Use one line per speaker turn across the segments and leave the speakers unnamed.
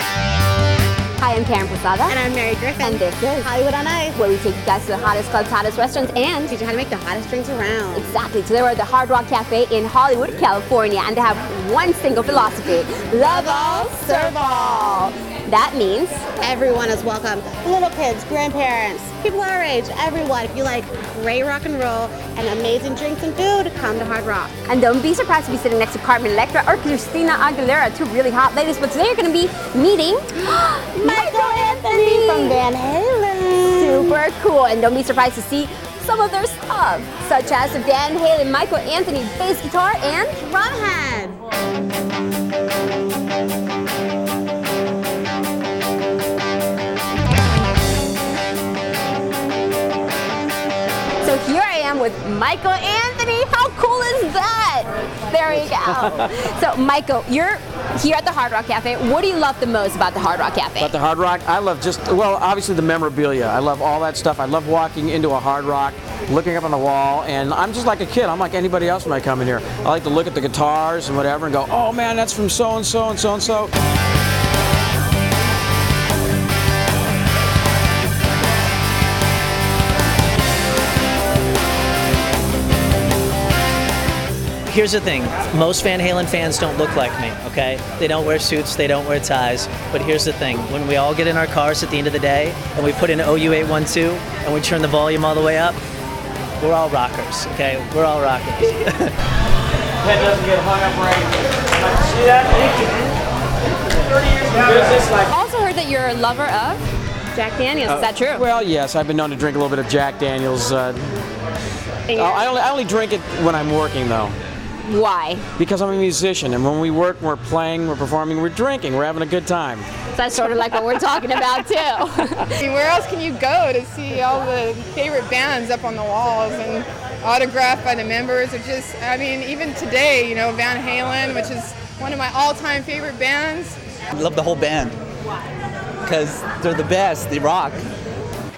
Hi, I'm Karen Posada.
And I'm Mary Griffin.
And this is
Hollywood on Ice.
where we take you guys to the hottest clubs, hottest restaurants, and
Teach you how to make the hottest drinks around.
exactly. Today we're at the Hard Rock Cafe in Hollywood, California, and they have one single philosophy: love all, serve all. That means
Everyone is welcome. Little kids, grandparents, people our age, everyone. If you like great rock and roll and amazing drinks and food, come to Hard Rock.
And don't be surprised to be sitting next to Carmen Electra or Christina Aguilera, two really hot ladies. But today you're going to be meeting Michael Anthony
From Van Halen.
Super cool. And don't be surprised to see some of their stuff, such as Dan Halen, Michael Anthony, bass guitar, and
Drumhead.
so here I am with Michael Anthony. How cool is that? There you go. so Michael, you're here at the Hard Rock Cafe. What do you love the most about the Hard Rock Cafe?
About the Hard Rock, I love just, well, obviously the memorabilia. I love all that stuff. I love walking into a Hard Rock, looking up on the wall, and I'm just like a kid. I'm like anybody else when I come in here. I like to look at the guitars and whatever and go, oh man, that's from so and so and so and so.
Here's the thing most Van Halen fans don't look like me, okay? They don't wear suits, they don't wear ties. But here's the thing when we all get in our cars at the end of the day and we put in OU812 and we turn the volume all the way up, we're all rockers, okay? We're all rockers.
Head doesn't get hung up right. See that? Thirty years in business, like.
also heard that you're a lover of Jack Daniels. is that true?
Well, yes, I've been known to drink a little bit of Jack Daniels. Uh, I only, I only drink it when I'm working, though.
Why?
Because I'm a musician, and when we work, we're playing, we're performing, we're drinking, we're having a good time.
That's sort of like what we're talking about too.
I mean, where else can you go to see all the favorite bands up on the walls and autographed by the members? It just, I mean, even today, you know, Van Halen, which is one of my all-time favorite bands.
I love the whole band. Because they're the best, they rock.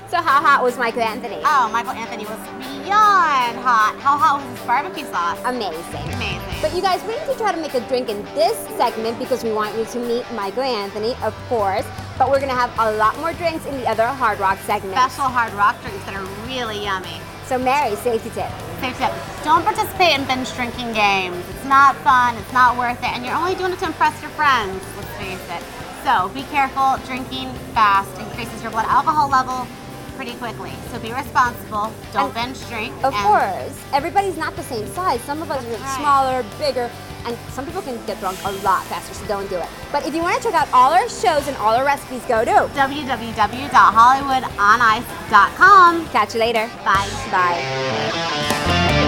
so how hot was Michael Anthony? Uh,
Oh, Michael Anthony was beyond hot. How hot was his barbecue sauce?
Amazing.
Amazing.
But you guys, we need to try to make a drink in this segment because we want you to meet Michael Anthony, of course. But we're gonna have a lot more drinks in the other Hard Rock segment.
Special hard rock drinks that are really yummy.
So Mary, safety tip.
Safe tip. Don't participate in binge drinking games. It's not fun, it's not worth it, and you're only doing it to impress your friends, let's face it. So be careful, drinking fast increases your blood alcohol level pretty quickly. So be responsible, don't binge drink.
Of
and
course, everybody's not the same size. Some of us are
Right.
smaller, bigger, and some people can get drunk a lot faster, so don't do it. But if you wanna check out all our shows and all our recipes, go to.
www.hollywoodonice.com.
Catch you later.
Bye.
Bye.